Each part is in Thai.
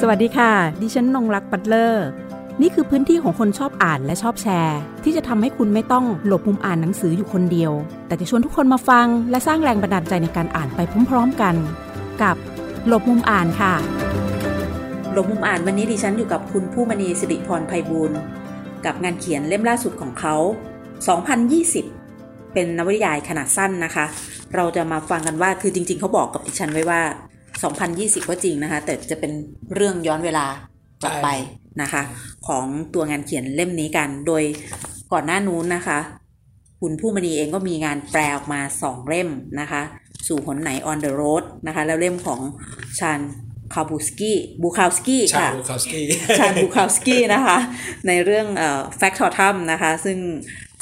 สวัสดีค่ะ ดิฉันนงรักปัตเลอร์ นี่คือพื้นที่ของคนชอบอ่านและชอบแชร์ ที่จะทำให้คุณไม่ต้องหลบมุมอ่านหนังสืออยู่คนเดียว แต่จะชวนทุกคนมาฟัง และสร้างแรงบันดาลใจในการอ่านไปพร้อม ๆกัน กับหลบมุมอ่านค่ะ หลบมุมอ่านวันนี้ดิฉันอยู่กับคุณผู้มณีสิริพรไพบูลย์กับงานเขียนเล่มล่าสุดของเขา 2020 เป็นนวนิยายขนาดสั้นนะคะ เราจะมาฟังกันว่าคือจริง ๆ เขาบอกกับดิฉันไว้ว่า 2020 ก็จริงนะคะ แต่จะเป็นเรื่องย้อนเวลากลับไปนะคะ ของตัวงานเขียนเล่มนี้กัน โดยก่อนหน้านู้นนะคะ คุณผู้มณีเองก็มีงานแปลออกมาสองเล่มนะคะ สู่หนไหน on the road นะคะ แล้วเล่มของชานคาบูสกี้บูคาวสกี้ ชา ค่ะ บูคาวสกี้ ชานบูคาวสกี้นะคะ ในเรื่องเอ่อ Fact or t u m นะคะ ซึ่ง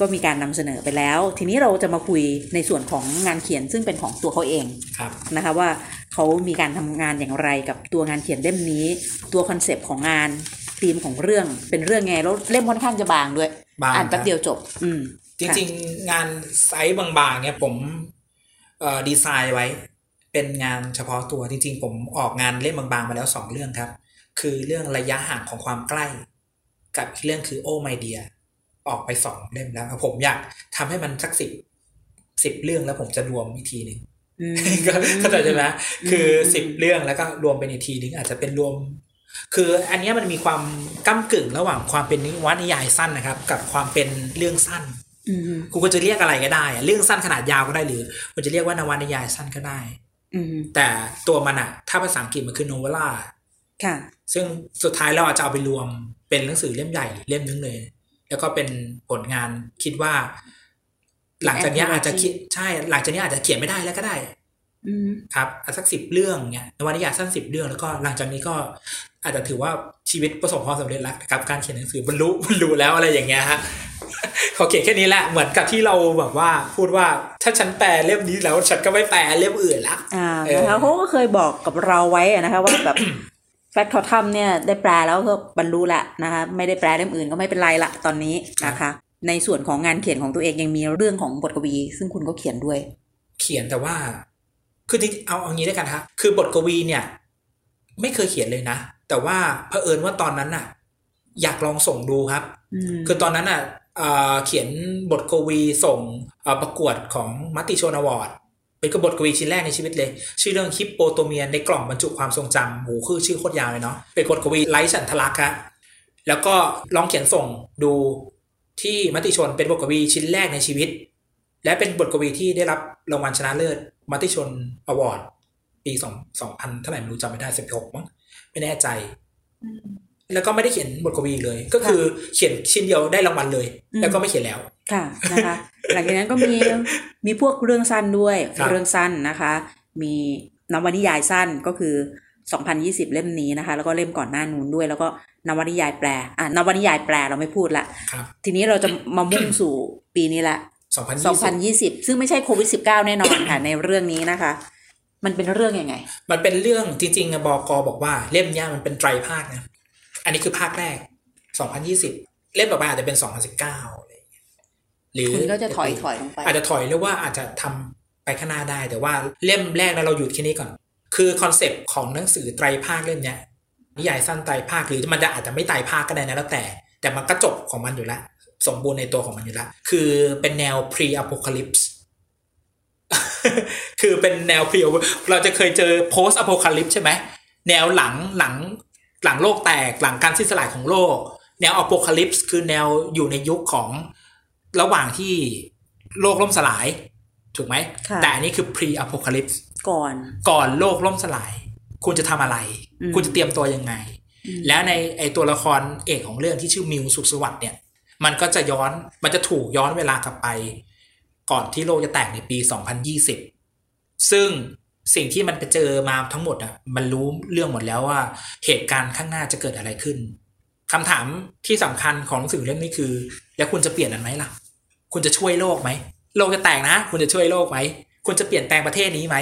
ก็มีการนำเสนอไปแล้ว ทีนี้เราจะมาคุยในส่วนของงานเขียนซึ่งเป็นของตัวเขาเอง ครับ นะคะว่าเขามีการทำงานอย่างไรกับตัวงานเขียนเล่มนี้ ตัวคอนเซปต์ของงานธีมของเรื่องเป็นเรื่องไงแล้วเล่มค่อนข้างจะบางด้วย บาง อ่านแป๊บ ครับ เดียวจบ อืม จริงๆ งานไซส์บางๆ เนี่ยผมเอ่อดีไซน์ไว้ เป็นงานเฉพาะตัวจริง ๆ ผมออกงานเล่มบางๆ มาแล้วสองเรื่องครับ คือเรื่องระยะห่างของความใกล้ กับอีกเรื่องคือโอไมเดีย ออกไปสองเล่มแล้วครับผมอยากทำให้มันสักสิบสิบเรื่องแล้วผมจะรวมอีกทีหนึ่ง อืม ก็เข้าใจใช่ไหม อืม คืออ ม สิบเรื่องแล้วก็รวมเป็นอีกทีนึงอาจจะเป็นรวม คืออันเนี้ยมันมีความก้ากึ่งระหว่างความเป็นนิวนิยายสั้นนะครับ กับความเป็นเรื่องสั้น อืม กูก็จะเรียกอะไรก็ได้อะเรื่องสั้นขนาดยาวก็ได้หรือกูจะเรียกว่านวนิยายสั้นก็ได้ อืม แต่ตัวมันอะถ้าภาษาอังกฤษมันคือโนเวล่า ค่ะ ซึ่งสุดท้ายเราอาจจะเอาไปรวมเป็นหนังสือเล่มใหญ่เล่มนึงเลย แล้วก็เป็นผลงานคิดว่า หลังจากเนี้ยอาจจะคิดใช่ หลังจากเนี้ยอาจจะเขียนไม่ได้แล้วก็ได้ อืม ครับอ่ะสักสิบเรื่องเนี่ยนวนิยายสั้นสิบเรื่องแล้วก็หลังจากนี้ก็อาจจะถือว่าชีวิตประสบความสำเร็จแล้วนะครับการเขียนหนังสือบรรลุ บรรลุแล้วอะไรอย่างเงี้ยฮะ ขอเขียนแค่นี้แหละเหมือนกับที่เราแบบว่าพูดว่าถ้าฉันแปลเล่มนี้แล้วฉันก็ไม่แปลเล่มอื่นละ อ่า เออ นะคะเขาก็เคยบอกกับเราไว้อะนะคะว่าแบบ แฟกทอทัมเนี่ยได้แปลแล้วก็บรรลุละนะคะไม่ได้แปลเล่มอื่นก็ไม่เป็นไรละตอนนี้นะคะ ในส่วนของงานเขียนของตัวเองยังมีเรื่องของบทกวี ซึ่งคุณก็เขียนด้วย เขียนแต่ว่า คือจริงเอาเอางี้ด้วยกันฮะคือบทกวีเนี่ย ไม่เคยเขียนเลยนะ แต่ว่าเผอิญว่าตอนนั้นน่ะ อยากลองส่งดูครับ อืม คือตอนนั้นอ่ะเอ่อเขียนบทกวีส่งเอ่อประกวดของมติชนอวอร์ด เป็นกบทกวีชิ้นแรกในชีวิตเลย ชื่อเรื่องฮิปโปโตเมียนในกล่องบรรจุความทรงจำโหคือชื่อโคตรยาวเลยเนาะ เป็นบทกวีไร้ฉันทลักษณ์ฮะแล้วก็ลองเขียนส่งดูที่มติชนเป็นบทกวีชิ้นแรกในชีวิต และเป็นบทกวีที่ได้รับรางวัลชนะเลิศมติชนอวอร์ดปีสองสองพันเท่าไหร่ไม่รู้จำไม่ได้สิบหกมั้งไม่แน่ใจ แล้วก็ไม่ได้เขียนบทกวีอีกเลย ก็คือเขียนชิ้นเดียวได้รางวัลเลย แล้วก็ไม่เขียนแล้ว ค่ะนะคะ หลังจากนั้นก็มีมีพวกเรื่องสั้นด้วย ครับ เรื่องสั้นนะคะ มีนวนิยายสั้นก็คือ 2020 เล่มนี้นะคะ แล้วก็เล่มก่อนหน้านู้นด้วย แล้วก็นวนิยายแปลอ่ะนวนิยายแปลเราไม่พูดละ ครับ ทีนี้เราจะมามุ่งสู่ปีนี้ละ สองพันยี่สิบ 2020 ซึ่งไม่ใช่โควิด -19 แน่นอนค่ะ ในเรื่องนี้นะคะ มันเป็นเรื่องยังไง มันเป็นเรื่องจริงๆอะบกบอกว่าเล่มเนี้ยมันเป็นไตรภาคนะ อันนี้คือภาคแรกสองพันยี่สิบเล่มต่อไปอาจจะเป็นสองพันสิบเก้าอะไรอย่างเงี้ยหรือ คุณก็จะถอยถอยลงไป อาจจะถอยหรือว่าอาจจะทำไปข้างหน้าได้ แต่ว่าเล่มแรกนะเราหยุดแค่นี้ก่อน คือคอนเซปต์ของหนังสือไตรภาคเล่มเนี้ยนิยายสั้นไตรภาคหรือมันจะอาจจะไม่ไตรภาคก็ได้นะแล้วแต่ แต่มันก็จบของมันอยู่แล้วสมบูรณ์ในตัวของมันอยู่แล้วคือเป็นแนว pre apocalypse คือเป็นแนว pre เราจะเคยเจอ post apocalypse ใช่ไหมแนวหลังหลังหลังโลกแตกหลังการสิ้นสลายของโลก แนว apocalypse คือแนวอยู่ในยุคของระหว่างที่โลกล่มสลาย ถูกไหม ค่ะ แต่อันนี้คือ pre apocalypse ก่อน ก่อนโลกล่มสลาย คุณจะทำอะไร อืม คุณจะเตรียมตัวยังไง แล้วในไอตัวละครเอกของเรื่องที่ชื่อมิวสุขสวัสดิ์เนี่ย มันก็จะย้อนมันจะถูกย้อนเวลากลับไป ก่อนที่โลกจะแตกในปี 2020 ซึ่งสิ่งที่มันไปเจอมาทั้งหมดอ่ะมันรู้เรื่องหมดแล้วว่าเหตุการณ์ข้างหน้าจะเกิดอะไรขึ้นคำถามที่สำคัญของหนังสือเล่มนี้คือ แล้วคุณจะเปลี่ยนอันไหมล่ะ คุณจะช่วยโลกไหมโลกจะแตกนะ คุณจะช่วยโลกไหมคุณจะเปลี่ยนแปลงประเทศนี้ไหม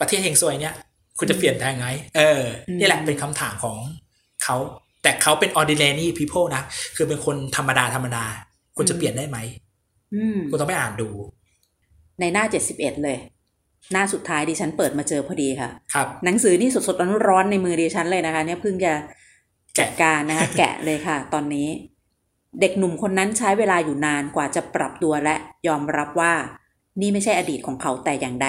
ประเทศเฮงซวยเนี่ย คุณจะเปลี่ยนแปลงไง เออ นี่แหละเป็นคำถามของเขา แต่เขาเป็น ordinary people นะ คือเป็นคนธรรมดาธรรมดา คุณจะเปลี่ยนได้ไหม อืม คุณต้องไปอ่านดู ในหน้า 71 เลย หน้าสุดท้ายดิฉันเปิดมาเจอพอดีค่ะ ครับ หนังสือนี่สดๆร้อนๆในมือดิฉันเลยนะคะ เนี่ยเพิ่งจะ แกะ จัดการนะคะ แกะเลยค่ะ ตอนนี้ เด็กหนุ่มคนนั้นใช้เวลาอยู่นานกว่าจะปรับตัวและยอมรับว่า นี่ไม่ใช่อดีตของเขาแต่อย่างใด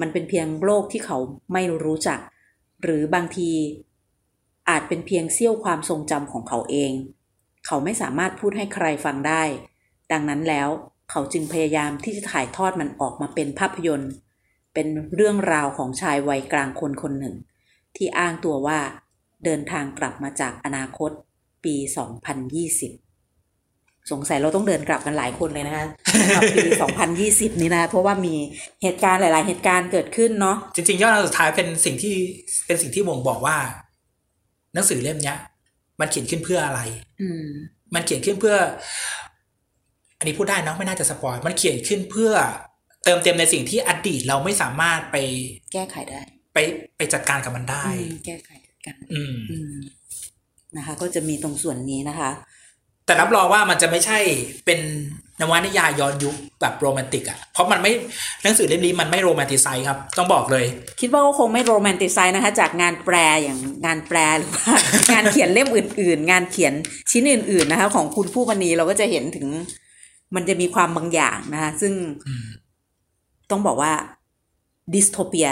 มันเป็นเพียงโลกที่เขาไม่รู้จัก หรือบางที อาจเป็นเพียงเสี้ยวความทรงจำของเขาเอง เขาไม่สามารถพูดให้ใครฟังได้ ดังนั้นแล้วเขาจึงพยายามที่จะถ่ายทอดมันออกมาเป็นภาพยนตร์ เป็นเรื่องราวของชายวัยกลางคนคนหนึ่ง ที่อ้างตัวว่าเดินทางกลับมาจากอนาคตปี 2020 สงสัยเราต้องเดินกลับกันหลายคนเลยนะคะ สำหรับปี 2020 นี้นะคะเพราะว่ามีเหตุการณ์หลาย ๆ เหตุการณ์เกิดขึ้นเนาะ จริงๆยอดอันสุดท้ายเป็นสิ่งที่เป็นสิ่งที่บ่งบอกว่า หนังสือเล่มเนี้ย มันเขียนขึ้นเพื่ออะไร อืม มันเขียนขึ้นเพื่อ อันนี้พูดได้เนอะไม่น่าจะสปอยมันเขียนขึ้นเพื่อ เติมเต็มในสิ่งที่อดีตเราไม่สามารถไป แก้ไขได้ ไปไปจัดการกับมันได้ อืมแก้ไขกัน อืม อืม นะคะ ก็จะมีตรงส่วนนี้นะคะ แต่รับรองว่ามันจะไม่ใช่เป็นนวนิยายย้อนยุคแบบโรแมนติกอะเพราะมันไม่หนังสือเล่มนี้มันไม่โรแมนติไซส์ครับ ต้องบอกเลย คิดว่าก็คงไม่โรแมนติไซน์นะคะ จากงานแปลอย่างงานแปลหรือว่า งานเขียนเล่มอื่น ๆ งานเขียนชิ้นอื่น ๆ นะคะ ของคุณผู้มณีเราก็จะเห็นถึง มันจะมีความบางอย่างนะคะ ซึ่ง อืม ต้องบอกว่าดิสโทเปีย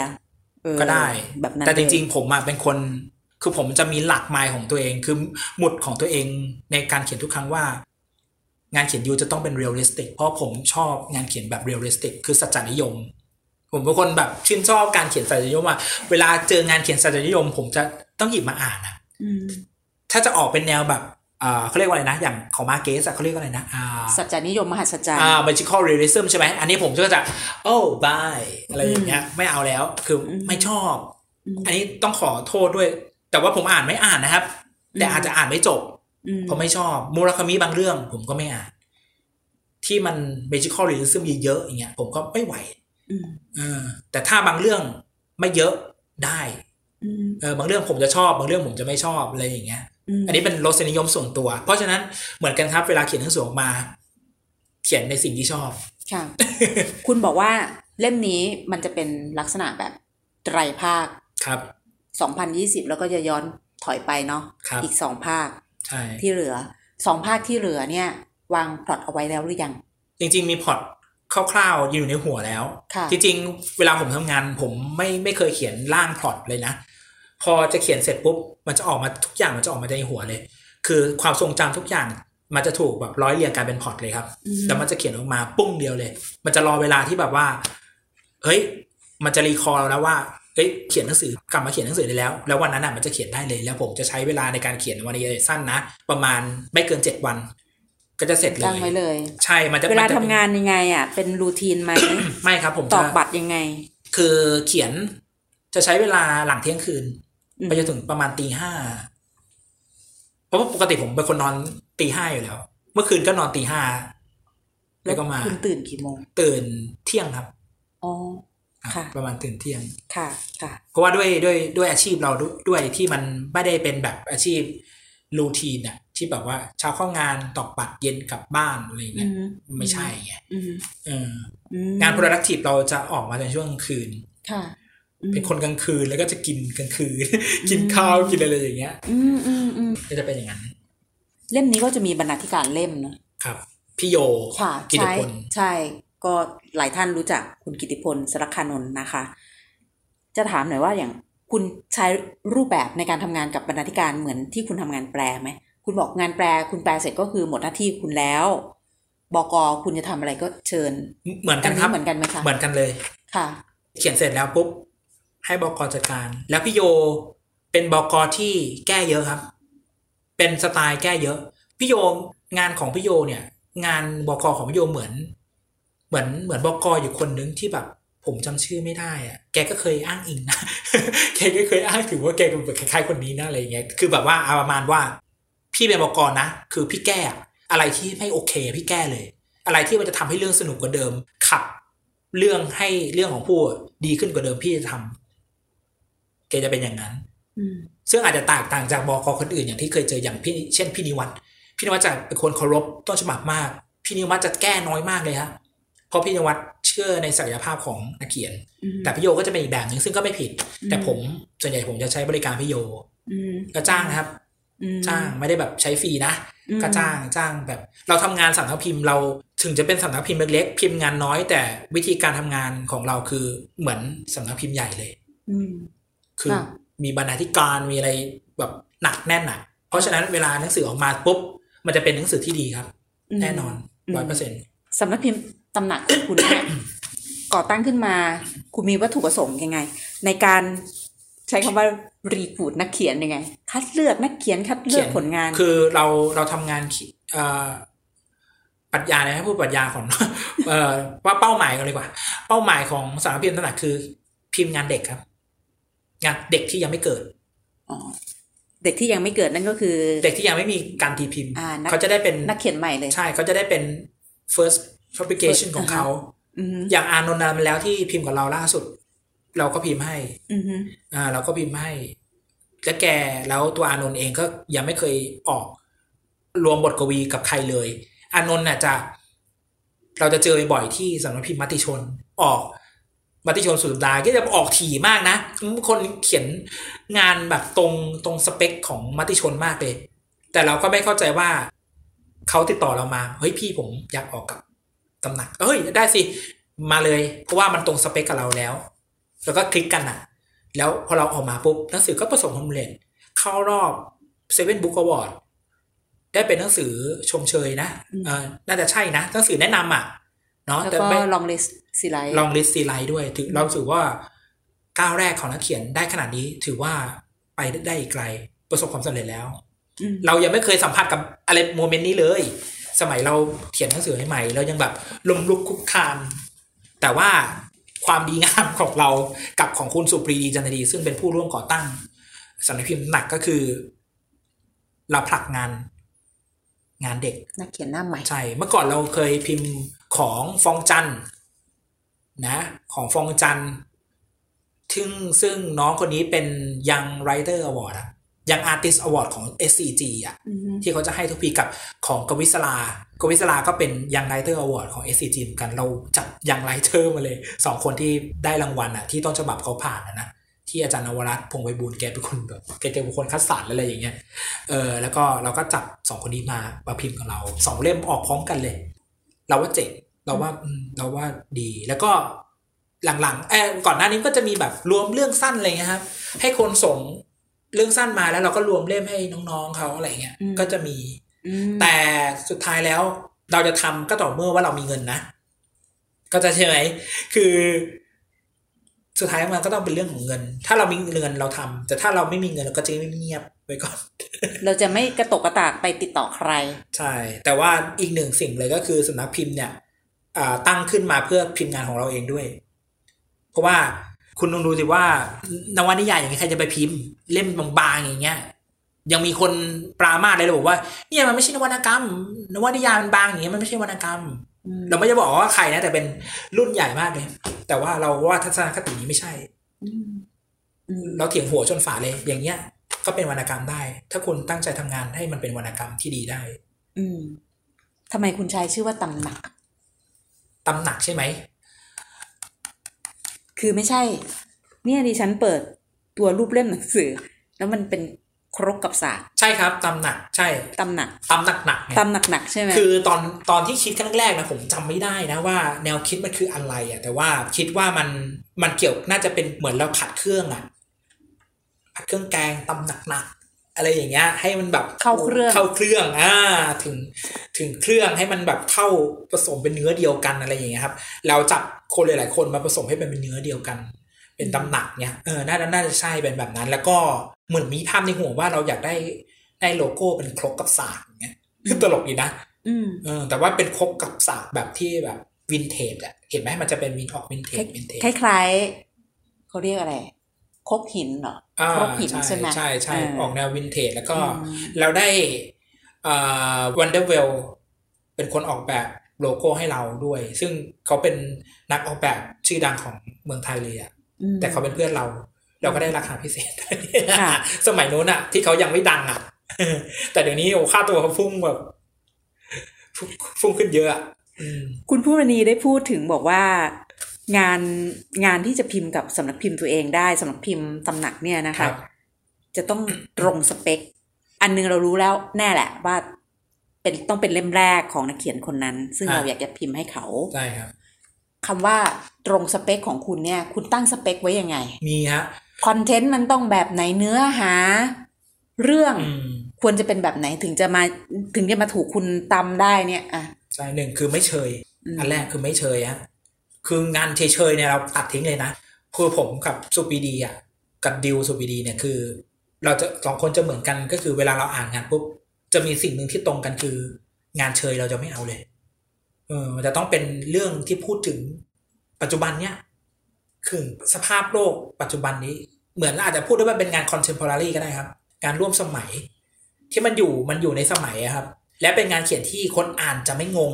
เออ ก็ได้ แบบนั้น แต่จริง เลย ๆ ผมอะเป็นคน คือผมจะมีหลักไมล์ของตัวเอง คือหมุดของตัวเองในการเขียนทุกครั้งว่า งานเขียนยูจะต้องเป็นเรียลลิสติก เพราะผมชอบงานเขียนแบบเรียลลิสติก คือสัจจนิยม ผมเป็นคนแบบชื่นชอบการเขียนสัจจนิยมอะเวลาเจองานเขียนสัจจนิยม ผมจะต้องหยิบมาอ่านอะ อืม ถ้าจะออกเป็นแนวแบบเอ่อเขาเรียกว่าอะไรนะ อย่างของมาเกสอะเขาเรียกว่าอะไรนะ อ่า สัจจานิยมมหัศจรรย์ อ่า magical realism ใช่ไหม อันนี้ผมก็จะ โอ้บาย อะไรอย่างเงี้ย ไม่เอาแล้ว คืออ ม ไม่ชอบ อืม อันนี้ต้องขอโทษด้วย แต่ว่าผมอ่านไม่อ่านนะครับ แต่อาจจะอ่านไม่จบ อืม ผมไม่ชอบ มูราคามิบางเรื่อง ผมก็ไม่อ่าน ที่มัน magical realism เยอะๆอย่างเงี้ย ผมก็ไม่ไหว อืม เออแต่ถ้าบางเรื่องไม่เยอะได้ อืม เออ บางเรื่องผมจะชอบ บางเรื่องผมจะไม่ชอบอะไรอย่างเงี้ย ม อันนี้เป็นรสนิยมส่วนตัว เพราะฉะนั้นเหมือนกันครับเวลาเขียนหนังสือออกมา เขียนในสิ่งที่ชอบ ค่ะ คุณบอกว่าเล่มนี้มันจะเป็นลักษณะแบบไตรภาค ครับ 2020 แล้วก็จะย้อนถอยไปเนาะ ครับ อีกสองภาค ใช่ ที่เหลือสองภาคที่เหลือเนี่ย วางพล็อตเอาไว้แล้วหรือยัง จริงๆมีพล็อตคร่าวๆอยู่ในหัวแล้ว ค่ะ จริงๆเวลาผมทำงานผมไม่ไม่เคยเขียนร่างพล็อตเลยนะ พอจะเขียนเสร็จปุ๊บมันจะออกมาทุกอย่างมันจะออกมาในหัวเลย คือความทรงจำทุกอย่างมันจะถูกแบบร้อยเรียงกลายเป็นพล็อตเลยครับ อืม แล้วมันจะเขียนออกมาปุ้งเดียวเลย มันจะรอเวลาที่แบบว่า เฮ้ย มันจะรีคอร์แล้วว่า เฮ้ย เขียนหนังสือกลับมาเขียนหนังสือได้แล้ว แล้ววันนั้นอ่ะมันจะเขียนได้เลย แล้วผมจะใช้เวลาในการเขียนวันนี้สั้นนะ ประมาณไม่เกินเจ็ดวัน ก็จะเสร็จเล ตั้งไว้ ย เลย ใช่ มันจะ เวลา มันจะ ทำ ป็ งานยังไงอ่ะ เป็นรูทีน ไหม ไม่ครับ ผม ต จะ อกบัตรยังไง คือเขียนจะใช้เวลาหลังเที่ยงคืน อืม ไปจนถึงประมาณตีห้าเพราะว่าปกติผมเป็นคนนอนตีห้าอยู่แล้ว เมื่อคืนก็นอนตีห้าแล้วก็มา คุณตื่นกี่โมง ตื่นเที่ยงครับ อ๋อ ครับ ค่ะ ประมาณตื่นเที่ยง ค่ะ ค่ะ เพราะว่าด้วยด้วยด้วยอาชีพเราด้วยด้วยที่มันไม่ได้เป็นแบบอาชีพรูทีนอะที่แบบว่าเช้าเข้างานตอกบัตรเย็นกลับบ้านอะไรอย่าง อื เงี้ย ม ไม่ใช่ไง อืม เออ อืม งาน productive เราจะออกมาในช่วงกลางคืน ค่ะอืม เป็นคนกลางคืนแล้วก็จะกิน กลางคืน กินข้าวกินอะไรอย่างเงี้ย อืมอืมอืม ก็จะเป็นอย่างนั้น เล่มนี้ก็จะมีบรรณาธิการเล่มเนอะ ครับ พี่โย ค่ะ กิต ใช่ พล ใช่ ก็หลายท่านรู้จักคุณกิติพลสรคานนท์นะคะ จะถามหน่อยว่าอย่างคุณใช้รูปแบบในการทำงานกับบรรณาธิการเหมือนที่คุณทำงานแปลไหมคุณบอกงานแปลคุณแปลเสร็จก็คือหมดหน้าที่คุณแล้วบกคุณจะทำอะไรก็เชิญ เหมือน อั กัน นค นี้ รับ เหมือนกันไหมคะ เหมือนกันเลย ค่ะ เขียนเสร็จแล้วปุ๊บให้บกจัดการ แล้วพี่โยเป็นบกที่แก้เยอะครับ เป็นสไตล์แก้เยอะ พี่โยงานของพี่โยเนี่ย งานบกของพี่โยเหมือน เหมือนเหมือนบกอยู่คนนึงที่แบบ ผมจำชื่อไม่ได้อะแกก็เคยอ้างอิงนะ แกก็เคยอ้างถึงว่าแกเป็นคล้ายๆคนนี้นะอะไรอย่างเงี้ยคือแบบว่าเอาประมาณว่า พี่เป็นบกนะ คือพี่แก้อะอะไรที่ไม่โอเค พี่แก้เลย อะไรที่มันจะทำให้เรื่องสนุกกว่าเดิม ขับ เรื่องให้เรื่องของผู้ดีขึ้นกว่าเดิมพี่จะทำแกจะเป็นอย่างนั้น อืม ซึ่งอาจจะแตกต่างจากบกคนอื่นอย่างที่เคยเจออย่างพี่เช่นพี่นิวัตพี่นิวัตจะเป็นคนเคารพต้นฉบับมาก พี่นิวัตจะแก้น้อยมากเลยฮะเพราะพี่นิวัตเชื่อ ชื่อในศักยภาพของนักเขียน อืม แต่พี่โยก็จะเป็นอีกแบบหนึ่งซึ่งก็ไม่ผิด อืม แต่ผมส่วนใหญ่ผมจะใช้บริการพี่โย อืม ก็จ้างนะครับ อืม จ้างไม่ได้แบบใช้ฟรีนะ อืม ก็จ้างจ้างแบบ เราทำงานสำนักพิมพ์เราถึงจะเป็นสำนักพิมพ์เล็กๆพิมพ์งานน้อย แต่วิธีการทำงานของเราคือเหมือนสำนักพิมพ์ใหญ่เลย อืม คือ ค่ะ มีบรรณาธิการมีอะไรแบบหนักแน่นอะเพราะฉะนั้นเวลาหนังสือออกมาปุ๊บมันจะเป็นหนังสือที่ดีครับ แน่นอน อืม ร้อยเปอร์เซ็นต์ สำนักพิมพ์ตำหนักของคุณเนี่ย ก่อตั้งขึ้นมาคุณมีวัตถุประสงค์ยังไง ในการใช้คำว่ารีคูดนักเขียนยังไง คัดเลือกนักเขียนคัดเลือกผลงาน คือเราเราทำงานเขียเอ่อปรัชญาเลยให้พูดปรัชญาของ เอ่อว่าเป้าหมายกันเลยดีกว่า เป้าหมายของสารพิมพ์ตำหนักคือ พิมพ์งานเด็กครับ งานเด็กที่ยังไม่เกิด อเด็กที่ยังไม่เกิดนั่นก็คือ เด็กที่ยังไม่มีการตีพิมพ์ อ่านัก เขาจะได้เป็น นักเขียนใหม่เลย ใช่เขาจะได้เป็น first publication ของเขา อืม อย่างอานนท์นานมาแล้วที่พิมพ์กับเราล่าสุด เราก็พิมพ์ให้ อืม อ่า เราก็พิมพ์ให้และแกแล้วตัวอานนท์เองก็ยังไม่เคยออก รวมบทกวีกับใครเลย อานนท์น่ะจะ เราจะเจอบ่อยๆที่สำนักพิมพ์มติชน ออกมติชนสุดสัปดาห์ก็จะออกถี่มากนะคนเขียนงานแบบตรงตรงสเปคของมติชนมากเลย แต่เราก็ไม่เข้าใจว่าเขาติดต่อเรามา เฮ้ยพี่ผมอยากออกกับตำหนัก เอ้ย ได้สิ มาเลย เพราะว่ามันตรงสเปคกับเราแล้ว แล้วก็คลิกกันอ่ะ แล้วพอเราออกมาปุ๊บหนังสือก็ประสบความสำเร็จเข้ารอบเซเว่นบุ๊กอวอร์ดได้เป็นหนังสือชมเชยนะเออน่าจะใช่นะหนังสือแนะนำอ่ะเนาะ แล้ว แต่ ก็ ไม่ ลองเลสซีไลท์ ลองลิสต์ซีไลด้วยถือเราถือว่าก้าวแรกของนักเขียนได้ขนาดนี้ถือว่าไปได้อีกไกล ประสบความสำเร็จแล้ว อืม เรายังไม่เคยสัมผัสกับอะไรโมเมนต์นี้เลย สมัยเราเขียนหนังสือใหม่ๆเรายังแบบลมลุกคลุกคลานแต่ว่าความดีงามของเรากับของคุณสุปรีดีจันทดีซึ่งเป็นผู้ร่วมก่อตั้งสำนักพิมพ์หนักก็คือ เราผลักงานงานเด็ก นักเขียนหน้าใหม่ ใช่ เมื่อก่อนเราเคยพิมพ์ของฟองจันทร์นะ ของฟองจันทร์ซึ่งซึ่งน้องคนนี้เป็นยังไรเตอร์อวอร์ดอะยังอาร์ติสอวอร์ดของ SCG อะ อืม ที่เขาจะให้ทุกปีกับของกวิศลากวิศลาก็เป็นยังไรเตอร์อวอร์ดของ SCG เหมือนกันเราจับยังไรเตอร์มาเลยสองคนที่ได้รางวัลอะที่ต้นฉบับเขาผ่านอะนะ ที่อาจารย์นวรัตน์พงศ์ไวบูลย์แกเป็นคนแบบแกแกเป็นคนคัดสรรอะไรอย่างเงี้ย เออแล้วก็เราก็จับสองคนนี้มามาพิมพ์กับเราสองเล่มออกพร้อมกันเลย เราว่าเจ๋งเราว่าอืมเราว่าดีแล้วก็หลังๆเออก่อนหน้านี้ก็จะมีแบบรวมเรื่องสั้นอะไรเงี้ยครับ ให้คนส่งเรื่องสั้นมาแล้วเราก็รวมเล่มให้น้องๆเขาอะไรเงี้ย อืม ก็จะมี อืม แต่สุดท้ายแล้วเราจะทำก็ต่อเมื่อว่าเรามีเงินนะ ก็จะใช่ไหมคือ สุดท้ายมันก็ต้องเป็นเรื่องของเงิน ถ้าเรามีเงินเราทำแต่ถ้าเราไม่มีเงินเราก็จะเงียบๆไว้ก่อน เราจะไม่กระตกกระตากไปติดต่อใคร ใช่ แต่ว่าอีกหนึ่งสิ่งเลยก็คือสำนักพิมพ์เนี่ยอ่าตั้งขึ้นมาเพื่อพิมพ์งานของเราเองด้วย เพราะว่าคุณลองดูสิว่านวนิยายอย่างเงี้ยใครจะไปพิมพ์ เล่มบางๆอย่างเงี้ย ยังมีคนปรามาสเลยเราบอกว่า เนี่ยมันไม่ใช่นวรรณกรรม นวนิยายมันบางอย่างเงี้ยมันไม่ใช่วรรณกรรม อืม เราไม่จะบอกว่าใครนะ แต่เป็นรุ่นใหญ่มากเลย แต่ว่าเราว่าทัศนคตินี้ไม่ใช่ อืมอืม เราเถียงหัวชนฝาเลย อย่างเงี้ย ก็เป็นวรรณกรรมได้ ถ้าคุณตั้งใจทำงานให้มันเป็นวรรณกรรมที่ดีได้ อืมทำไมคุณชายชื่อว่าตำหนัก ตำหนักใช่ไหม คือไม่ใช่ เนี่ยดิฉันเปิดตัวรูปเล่มหนังสือ แล้วมันเป็นครกกับสาก ใช่ครับตำหนักใช่ ตำหนัก ตำหนักหนักเนี่ย ตำหนักหนักๆใช่ไหม คือตอนตอนที่คิดครั้งแรกนะผมจำไม่ได้นะว่าแนวคิดมันคืออะไรอะ่ะ แต่ว่าคิดว่ามันมันเกี่ยวน่าจะเป็นเหมือนเราผัดเครื่องอะ่ะผัดเครื่องแกงตำหนักหนักอะไรอย่างเงี้ย ให้มันแบบ เข้าเครื่อง เข้าเครื่องอ่าถึงถึงเครื่องให้มันแบบเข้าผสมเป็นเนื้อเดียวกันอะไรอย่างเงี้ยครับ เราจับคนหลายๆคนมาผสมให้เป็นเนื้อเดียวกัน เป็นตำหนักเนี่ยเออน่าจะน่าจะใช่เป็นแบบนั้น แล้วก็เหมือนมีภาพในหัวว่าเราอยากได้ได้โลโก้เป็นครกกับสากอย่างเงี้ยคือตลกดีนะ อืม เออแต่ว่าเป็นครกกับสากแบบที่แบบวินเทจอะเห็นไหมมันจะเป็นวินออกวินเทจวินเทจ คล้ายๆเขาเรียกอะไร ครกหินเหรอ อ่า ครกหิน ใช่ ใช่ไหม ใช่ใช่ เออ ออกแนววินเทจแล้วก็ อืม เราได้เอ่อวันเดอร์เวลเป็นคนออกแบบโลโก้ให้เราด้วย ซึ่งเขาเป็นนักออกแบบชื่อดังของเมืองไทยเลยอะ อืม แต่เขาเป็นเพื่อนเรา เราก็ได้ราคาพิเศษ ค่ะ สมัยโน้นอะที่เขายังไม่ดังอะ แต่เดี๋ยวนี้โอ้ค่าตัวเขาพุ่งแบบพุ่งพุ่งขึ้นเยอะอะอืม คุณผู้มณีได้พูดถึงบอกว่า งานงานที่จะพิมพ์กับสำนักพิมพ์ตัวเองได้สำนักพิมพ์ตำหนักเนี่ยนะ ครั คะ บ จะต้องตรงสเปค อันหนึงเรารู้แล้วแน่แหละว่า เป็นต้องเป็นเล่มแรกของนักเขียนคนนั้น ซึ่ง อ่ะ เราอยากจะพิมพ์ให้เขา ใช่ครับ คำว่าตรงสเปคของคุณเนี่ย คุณตั้งสเปคไว้ยังไง มีฮะ คอนเทนต์มันต้องแบบไหนเนื้อหา เรื่อง อืม ควรจะเป็นแบบไหนถึงจะมาถึงจะมาถูกคุณตำได้เนี่ยอ่ะ ใช่หนึ่งคือไม่เชย อืม อันแรกคือไม่เชยฮะ คืองานเฉยๆเนี่ยเราตัดทิ้งเลยนะคือผมกับสุปีดีอ่ะ กับดิวสุปีดีเนี่ยคือ เราจะสองคนจะเหมือนกันก็คือเวลาเราอ่านงานปุ๊บจะมีสิ่งหนึ่งที่ตรงกันคือ งานเชยเราจะไม่เอาเลย เออมันจะต้องเป็นเรื่องที่พูดถึงปัจจุบันเนี่ย คือสภาพโลกปัจจุบันนี้ เหมือนอาจจะพูดได้ว่าเป็นงานคอนเทมพอรารีก็ได้ครับ การร่วมสมัย ที่มันอยู่มันอยู่ในสมัยอะครับ และเป็นงานเขียนที่คนอ่านจะไม่งง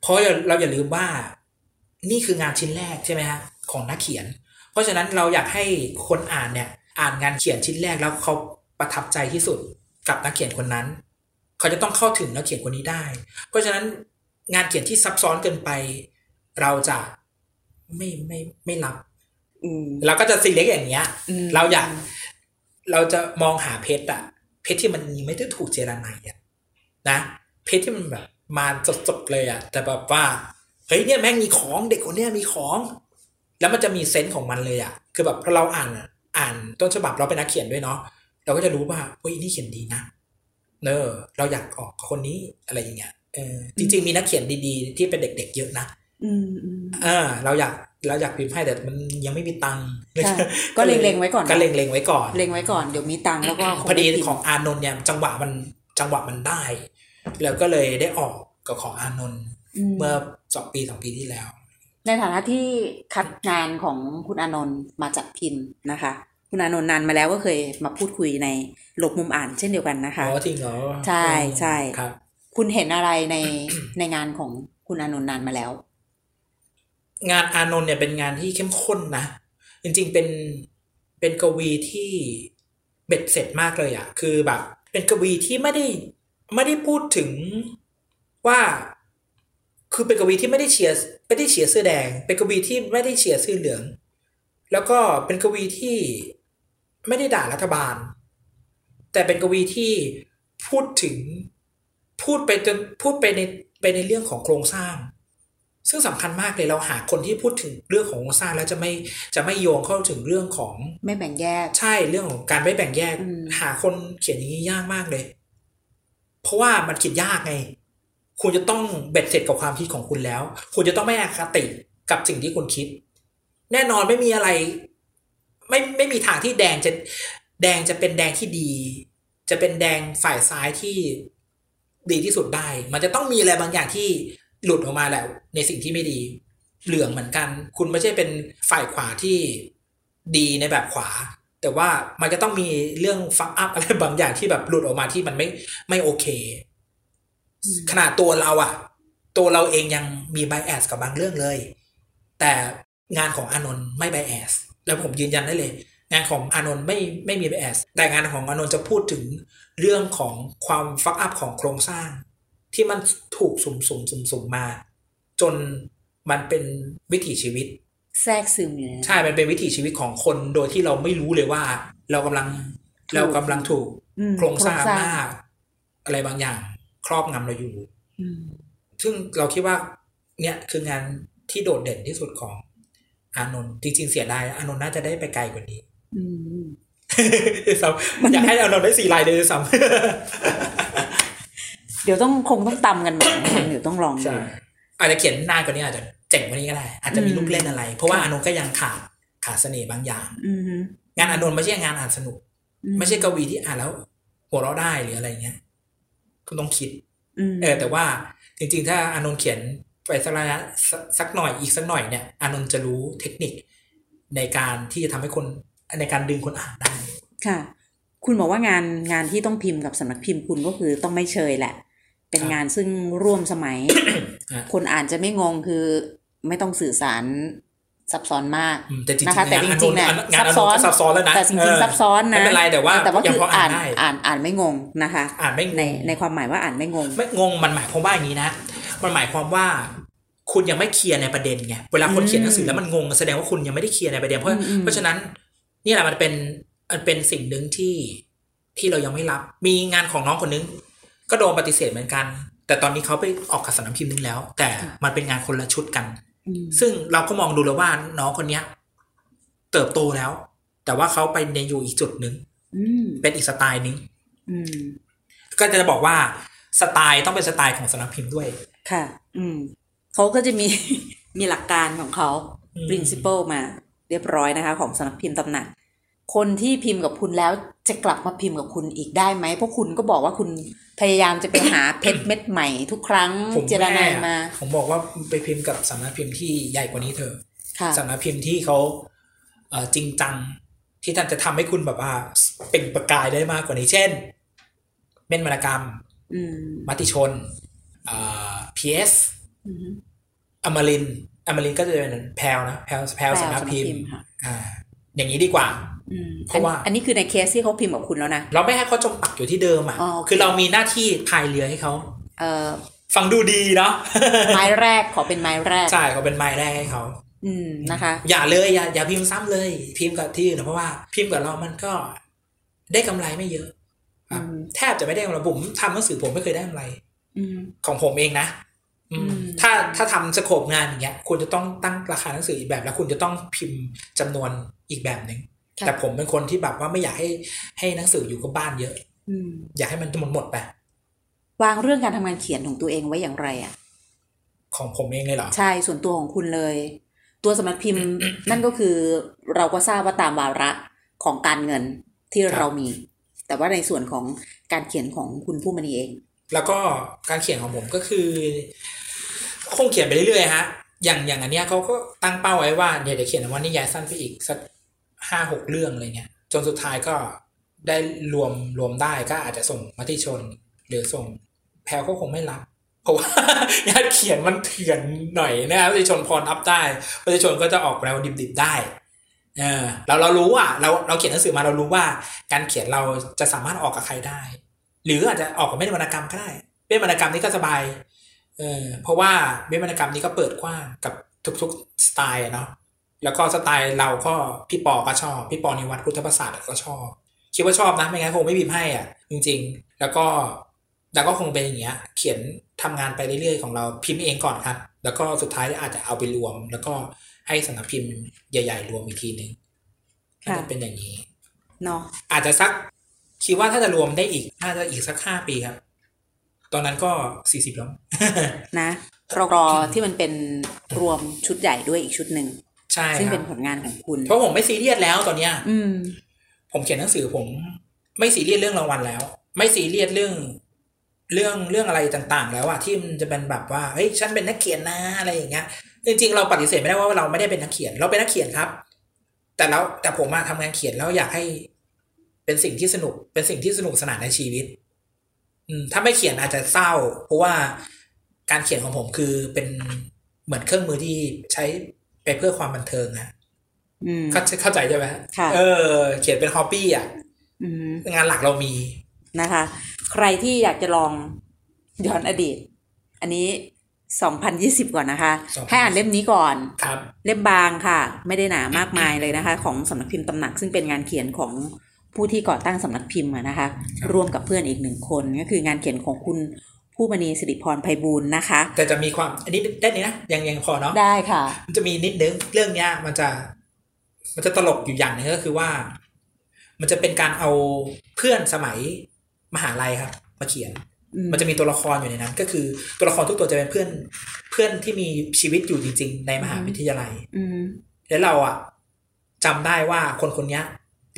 เพราะเราเราอย่าลืมว่า นี่คืองานชิ้นแรกใช่ไหมฮะของนักเขียน เพราะฉะนั้นเราอยากให้คนอ่านเนี่ย อ่านงานเขียนชิ้นแรกแล้วเขาประทับใจที่สุดกับนักเขียนคนนั้น เขาจะต้องเข้าถึงนักเขียนคนนี้ได้ เพราะฉะนั้นงานเขียนที่ซับซ้อนเกินไป เราจะไม่ไม่ไม่รับ อืม เราก็จะซีเล็กอย่างเงี้ย อืม เราอยากเราจะมองหาเพชรอะเพชรที่มันไม่ได้ถูกเจรไนอะนะ เพชรที่มันแบบมาสดๆเลยอะแต่แบบว่าเฮ้ยเนี่ยแม่งมีของเด็กคนเนี้ยมีของ แล้วมันจะมีเซนส์ของมันเลยอะคือแบบพอเราอ่านอ่านต้นฉบับเราเป็นนักเขียนด้วยเนาะเราก็จะรู้ว่าเฮ้ยนี่เขียนดีนะเนอะเราอยากออกคนนี้อะไรอย่างเงี้ยเออจริง ๆ มีนักเขียนดีๆ ที่เป็นเด็ก ๆ เยอะนะ อืมอืม เออเราอยากเราอยากพิมพ์ให้แต่มันยังไม่มีตังค์ ใช่ก็เล็งๆไว้ก่อน ก็เล็งๆไว้ก่อน เล็งไว้ก่อนเดี๋ยวมีตังค์แล้วก็ค พอดี ไพิมพ์ ของอานนท์เนี่ยจังหวะมันจังหวะมันได้ แล้วก็เลยได้ออกกับของอานนท์ ม เมื่อสองปีสองปีที่แล้ว ในฐานะที่คัดงานของคุณอานนท์มาจัดพิมพ์นะคะ คุณอานนท์นานมาแล้วก็เคยมาพูดคุยในหลบมุมอ่านเช่นเดียวกันนะคะ อ๋อจริงเหรอ ใช่ใช่ ครับ คุณเห็นอะไรใน ในงานของคุณอานนท์นานมาแล้ว งานอานนท์เนี่ยเป็นงานที่เข้มข้นนะ จริงๆเป็นเป็นกวีที่เบ็ดเสร็จมากเลยอะคือแบบ เป็นกวีที่ไม่ได้ไม่ได้พูดถึงว่า คือเป็นกวีที่ไม่ได้เชียร์ไม่ได้เชียร์เสื้อแดง เป็นกวีที่ไม่ได้เชียร์เสื้อเหลือง แล้วก็เป็นกวีที่ไม่ได้ด่ารัฐบาล แต่เป็นกวีที่พูดถึงพูดไปจนพูดไปในไปในเรื่องของโครงสร้าง ซึ่งสำคัญมากเลยเราหาคนที่พูดถึงเรื่องของโครงสร้างแล้วจะไม่จะไม่โยงเข้าถึงเรื่องของ ไม่แบ่งแยก ใช่เรื่องของการไม่แบ่งแยก อืม หาคนเขียนอย่างนี้ยากมากเลย เพราะว่ามันเขียนยากไง คุณจะต้องเบ็ดเสร็จกับความคิดของคุณแล้ว คุณจะต้องไม่อคติกับสิ่งที่คุณคิด แน่นอนไม่มีอะไร ไม่ไม่มีทางที่แดงจะแดงจะเป็นแดงที่ดี จะเป็นแดงฝ่ายซ้ายที่ดีที่สุดได้ มันจะต้องมีอะไรบางอย่างที่หลุดออกมาแหละในสิ่งที่ไม่ดี เหลืองเหมือนกัน คุณไม่ใช่เป็นฝ่ายขวาที่ดีในแบบขวา แต่ว่ามันจะต้องมีเรื่องฟังอัพอะไรบางอย่างที่แบบหลุดออกมาที่มันไม่ไม่โอเค ขนาดตัวเราอะตัวเราเองยังมีไบแอสกับบางเรื่องเลย แต่งานของอานนท์ไม่ไบแอสแล้วผมยืนยันได้เลย งานของอานนท์ไม่ไม่มีไบแอสแต่งานของอานนท์จะพูดถึงเรื่องของความฟักอัพของโครงสร้าง ที่มันถูกสุ่มๆสุ่มๆมา จนมันเป็นวิถีชีวิต แทรกซึมอยู่ในนั้น ใช่ มันเป็นวิถีชีวิตของคนโดยที่เราไม่รู้เลยว่า เรากำลัง ถูก เรากำลังถูก อืม โครงสร้าง โคร มากอะไรบางอย่าง ครอบงำเราอยู่ อืม ซึ่งเราคิดว่า เนี่ยคืองานที่โดดเด่นที่สุดของ อานนท์จริงๆเสียดายอานนท์น่าจะได้ไปไกลกว่านี้ อืม ด้วยซ้ำอยากให้อานนท์ได้สี่ลายเลยด้วยซ้ำ เดี๋ยวต้องคงต้องตำกันใหม่ นะคะเดี๋ยวต้องลองดู ใช่อาจจะเขียนนานกว่านี้อาจจะเจ๋งกว่านี้ก็ได้ อาจจะมี อืม ลูกเล่นอะไร เพราะว่าอานนท์ก็ยังขาดขาดเสน่ห์บางอย่าง อืม งานอานนท์ไม่ใช่งานอ่านสนุก อื ไม่ใช่กวีที่อ่านแล้ว หัวเราะได้หรืออะไรเงี้ยคุณต้องคิด อืม เออแต่ว่าจริงๆ ถ้าอานนท์เขียนไปสักระยะสกสักหน่อยอีกสักหน่อยเนี่ยอานนท์จะรู้เทคนิคในการที่จะทำให้คนในการดึงคนอ่านได้ ค่ะ คุณบอกว่างานงานที่ต้องพิมพ์กับสำนักพิมพ์คุณก็คือต้องไม่เชยแหละ เป็น ครับ งานซึ่งร่วมสมัย ฮะ คนอ่านจะไม่งงคือไม่ต้องสื่อสารซับซ้อนมาก อืมแต่จริง นะ ๆ คะแต่ งานอา จริงๆนนท์ เนี่ย งานอาน ซับนซ้อน ท์ก็ซับซ้อนแล้วนะ แต่จ เอ ริง อ ๆซับซ้อนนะ ไม่เป็นไรแต่ว่า แต่ว่า ยัง คือ พอ อ่า อ่าน นได้ อ่านอ่านไม่งงนะคะ อ่านไม่งง ในในความหมายว่าอ่านไม่งง ไม่งงมันหมายความว่าอย่างนี้นะ มันหมายความว่า คุณยังไม่เคลียร์ในประเด็นไงเวลาคนเขียนหนังสือแล้วมันงงแสดงว่าคุณยังไม่ได้เคลียร์ในประเด็นเพราะ อืมอืม เพราะฉะนั้นนี่แหละมันเป็นมันเป็นสิ่งหนึ่งที่ที่เรายังไม่รับ มีงานของน้องคนนึง ก็โดนปฏิเสธเหมือนกัน แต่ตอนนี้เขาไปออกกับสำนักพิมพ์นึงแล้ว แต่มันเป็นงานคนละชุดกัน อืม ซึ่งเราก็มองดูแล้วว่าน้องคนเนี้ย เติบโตแล้ว แต่ว่าเขาไปในอยู่อีกจุดหนึ่ง อืม เป็นอีกสไตล์หนึง อืม ก็จะบอกว่าสไตล์ต้องเป็นสไตล์ของสำนักพิมพ์ด้วย ค่ะ อืมเขาก็จะมี มีหลักการของเขา อืม principle มา เรียบร้อยนะคะ ของสำนักพิมพ์ตำหนัก คนที่พิมพ์กับคุณแล้วจะกลับมาพิมพ์กับคุณอีกได้ไหมเพราะคุณก็บอกว่าคุณพยายามจะไปหา เพชรเม็ดใหม่ทุกครั้ง ผม เจรนาย แ มา ผมบอกว่าไปพิมพ์กับสำนักพิมพ์ที่ใหญ่กว่านี้เถอะ ค่ะ สำนักพิมพ์ที่เขาเอ่อจริงจัง ที่ท่านจะทำให้คุณแบบว่าเปล่งประกายได้มากกว่านี้ เช่นเม่นวรรณกรรม อืม มติชนพีเอส อืม อมรินทร์อมรินทร์ก็จะเป็นแพลวนะแพลวแพลว แพรว สำนักพิม สำนักพิ พ์ มพ์ค่ะ อ่า อย่างนี้ดีกว่า อืม เพราะว่า อันนี้คือในเคสที่เขาพิมพ์กับคุณแล้วนะ เราไม่ให้เขาจมปักอยู่ที่เดิมอ่ะ อ๋อโอเค คือเรามีหน้าที่พายเรือให้เขา เอ่ อ ฟังดูดีเนาะ ไม้แรกขอเป็นไม้แรก ใช่เขาเป็นไม้แรกให้เขา อืมนะคะ อย่าเลยอย่าอย่าพิมพ์ซ้ำเลย พิมพ์กับที่อื่นนะเพราะว่าพิมพ์กับเรามันก็ได้กำไรไม่เยอะครับ อืม แทบจะไม่ได้กำไรผมทำหนังสือผมไม่เคยได้กำไร อืม ของผมเองนะ อืม อืม ถ้าถ้าทำสโคปงานอย่างเงี้ยคุณจะต้องตั้งราคาหนังสืออีกแบบ แล้วคุณจะต้องพิมพ์จำนวนอีกแบบหนึ่ง ค่ะ แต่ผมเป็นคนที่แบบว่าไม่อยากให้ให้หนังสืออยู่กับบ้านเยอะ อืม อยากให้มันหมดหมดไป วางเรื่องการทำงานเขียนของตัวเองไว้อย่างไรอ่ะ ของผมเองเลยเหรอ ใช่ส่วนตัวของคุณเลย ตัวสำนักพิมพ์ นั่นก็คือเราก็ทราบว่าตามวาระของการเงินที่ ครับ เรามี แต่ว่าในส่วนของการเขียนของคุณผู้มณีเอง แล้วก็การเขียนของผมก็คือคงเขียนไปเรื่อยๆฮะ อย่างอย่างอันเนี้ยเขาก็ตั้งเป้าไว้ว่าเดี๋ยวจะเขียนว่านิยายสั้นไปอีกสักห้าหกเรื่องอะไรเงี้ยจนสุดท้ายก็ได้รวมรวมได้ก็อาจจะส่งมติชน หรือส่งแพลวก็คงไม่รับ เพราะว่า งานเขียนมันเถื่อนหน่อยนะครับมติชนพอรับได้มติชนก็จะออกแนวดิบๆได้เออเราเรารู้อ่ะเราเราเขียนหนังสือมาเรารู้ว่า การเขียนเราจะสามารถออกกับใครได้ หรืออาจจะออกกับเม่นวรรณกรรมก็ได้เม่นวรรณกรรมนี่ก็สบายเออเพราะว่าเม่นวรรณกรรมนี่ก็เปิดกว้างกับทุกๆสไตล์อะเนาะแล้วก็สไตล์เราก็พี่ปอก็ชอบ พี่ปอนิวัฒน์พุทธประสาทก็ชอบ คิดว่าชอบนะไม่งั้นคงไม่พิมพ์ให้อ่ะ จริง ๆ แล้วก็แล้วก็คงเป็นอย่างเงี้ย เขียนทำงานไปเรื่อยๆของเราพิมพ์เองก่อนครับ แล้วก็สุดท้ายอาจจะเอาไปรวม แล้วก็ให้สำนักพิมพ์ใหญ่ๆ รวมอีกทีนึง ค่ะ ก็จเป็นอย่างนี้ เนาะ อาจจะสัก คิดว่าถ้าจะรวมได้อีก น่าจะอีกสักห้าปีครับ ตอนนั้นก็สี่สิบแล้ว นะรอรอที่มันเป็นรวมชุดใหญ่ด้วยอีกชุดหนึ่ง ใช่ ซึ่ง ค เป็ รับ นผลงานของคุณ เพราะผมไม่ซีเรียสแล้วตอนเนี้ย อืม ผมเขียนหนังสือผม ไม่ซีเรียสเรื่องรางวัลแล้ว ไม่ซีเรียสเรื่อง เรื่องเรื่องอะไรต่างๆ แล้วอะที่มันจะเป็นแบบว่าเฮ้ยฉันเป็นนักเขียนนะอะไรอย่างเงี้ยจริงๆ เราปฏิเสธไม่ได้ว่าเราไม่ได้เป็นนักเขียน เราเป็นนักเขียนครับ แต่แล้วแต่ผมมาทำงานเขียนแล้วอยากให้ เป็นสิ่งที่สนุก เป็นสิ่งที่สนุกสนานในชีวิต อืมถ้าไม่เขียนอาจจะเศร้า เพราะว่าการเขียนของผมคือเป็นเหมือนเครื่องมือที่ใช้ไปเพื่อความบันเทิงอะ อืม เข้าเข้าใจใช่ไหมฮะ ค่ะ เออ เขียนเป็นฮอบบี้อะ อืม งานหลักเรามี นะคะ ใครที่อยากจะลองย้อนอดีต อันนี้ 2020 ก่อนนะคะ 2020 ให้อ่านเล่มนี้ก่อน ครับ เล่มบางค่ะ ไม่ได้หนามากมายเลยนะคะ ของสำนักพิมพ์ตำหนักซึ่งเป็นงานเขียนของผู้ที่ก่อตั้งสำนักพิมพ์อะนะคะ ครับ ร่วมกับเพื่อนอีกหนึ่งคน ก็คืองานเขียนของคุณผู้มณีสิริพรไพบูลย์นะคะ แต่จะมีความอันนี้ได้นี่นะยังยังพอเนาะ ได้ค่ะ มันจะมีนิดนึงเรื่องเนี้ยมันจะ มันจะตลกอยู่อย่างหนึงก็คือว่า มันจะเป็นการเอาเพื่อนสมัยมหาลัยครับมาเขียน อืม มันจะมีตัวละครอยู่ในนั้น ก็คือตัวละครทุกตัวจะเป็นเพื่อน เพื่อนที่มีชีวิตอยู่จริง ๆ ในมหา อืม วิทยาลัย อืม แล้วเราอ่ะจำได้ว่าคนคนเนี้ย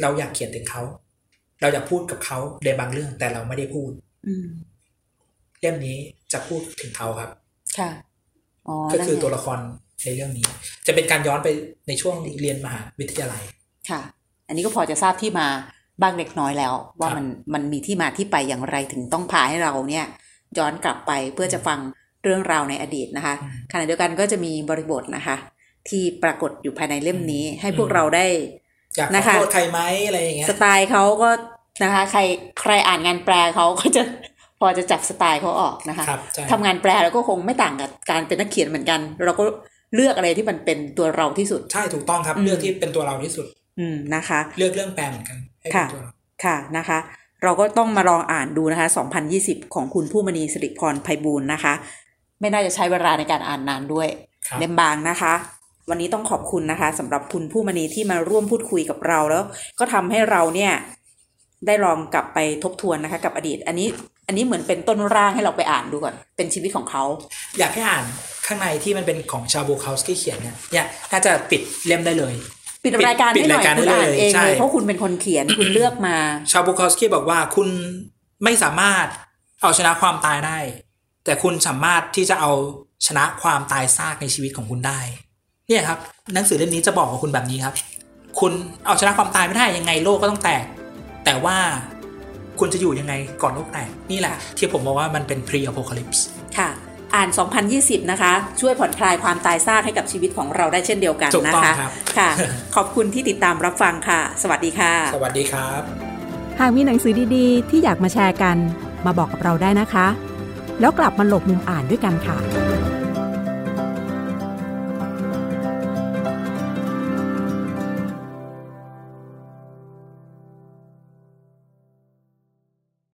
เราอยากเขียนถึงเขา เราอยากพูดกับเขาในบางเรื่อง แต่เราไม่ได้พูด อืม เล่มนี้จะพูดถึงเขาครับ ค่ะ อ๋อ ก็คือ นั่นไง ตัวละครในเรื่องนี้ จะเป็นการย้อนไปในช่วงเรียนมหาวิทยาลัย ค่ะ อันนี้ก็พอจะทราบที่มาบ้างเล็กน้อยแล้ว ว่า ครับ มันมันมีที่มาที่ไปอย่างไรถึงต้องพาให้เราเนี่ย ย้อนกลับไปเพื่อจะฟังเรื่องราวในอดีตนะคะขณะเดียวกันก็จะมีบริบทนะคะ ที่ปรากฏอยู่ภายในเล่มนี้ ให้พวกเราได้ อยากข นะ อ คะ โทษใครไหมอะไรอย่างเงี้ย สไตล์เขาก็นะคะ ใครใครอ่านงานแปลเขาก็จะ พอจะจับสไตล์เขาออกนะคะ ครับใช่ ทำงานแปลเราก็คงไม่ต่างกับการเป็นนักเขียนเหมือนกัน เราก็เลือกอะไรที่มันเป็นตัวเราที่สุด ใช่ถูกต้องครับ อืม เลือกที่เป็นตัวเราที่สุด อืมนะคะ เลือกเรื่องแปลเหมือนกันให้เป็น ค่ะ ตัวเรา ค่ะนะคะ เราก็ต้องมาลองอ่านดูนะคะ 2020 ของคุณผู้มณีสิริพรไพบูลย์นะคะ ไม่น่าจะใช้เวลาในการอ่านนานด้วย ครับ เล่มบางนะคะ วันนี้ต้องขอบคุณนะคะสำหรับคุณผู้มณีที่มาร่วมพูดคุยกับเราแล้ว ก็ทำให้เราเนี่ยได้ลองกลับไปทบทวนนะคะ กับอดีต อันนี้อันนี้เหมือนเป็นต้นร่างให้เราไปอ่านดูก่อน เป็นชีวิตของเขา อยากให้อ่านข้างในที่มันเป็นของชาบูคาสกี้เขียนเนี่ยเนี่ยน่าจะปิดเล่มได้เลย ปิดรายการ ปิด ให้หน่อ ราย ยการ คุณอ่าน ได้เลย เอง ใช่ เลยเพราะคุณเป็นคนเขียนคุณเลือกมา ชาบูคอฟสกี้บอกว่าคุณไม่สามารถเอาชนะความตายได้ แต่คุณสามารถที่จะเอาชนะความตายซากในชีวิตของคุณได้ เนี่ยครับหนังสือเล่มนี้จะบอกกับคุณแบบนี้ครับ คุณเอาชนะความตายไม่ได้ยังไงโลกก็ต้องแตก แต่ว่าคุณจะอยู่ยังไงก่อนโลกแตก นี่แหละ ที่ผมบอกว่ามันเป็น pre apocalypse ค่ะ อ่าน 2020 นะคะ ช่วยผ่อนคลายความตายซากให้กับชีวิตของเราได้เช่นเดียวกัน ถูก นะ ต้อง คะ ครับ ค่ะ ขอบคุณที่ติดตามรับฟังค่ะ สวัสดีค่ะ สวัสดีครับ หากมีหนังสือดีๆ ที่อยากมาแชร์กัน มาบอกกับเราได้นะคะ แล้วกลับมาหลบมุมอ่านด้วยกันค่ะ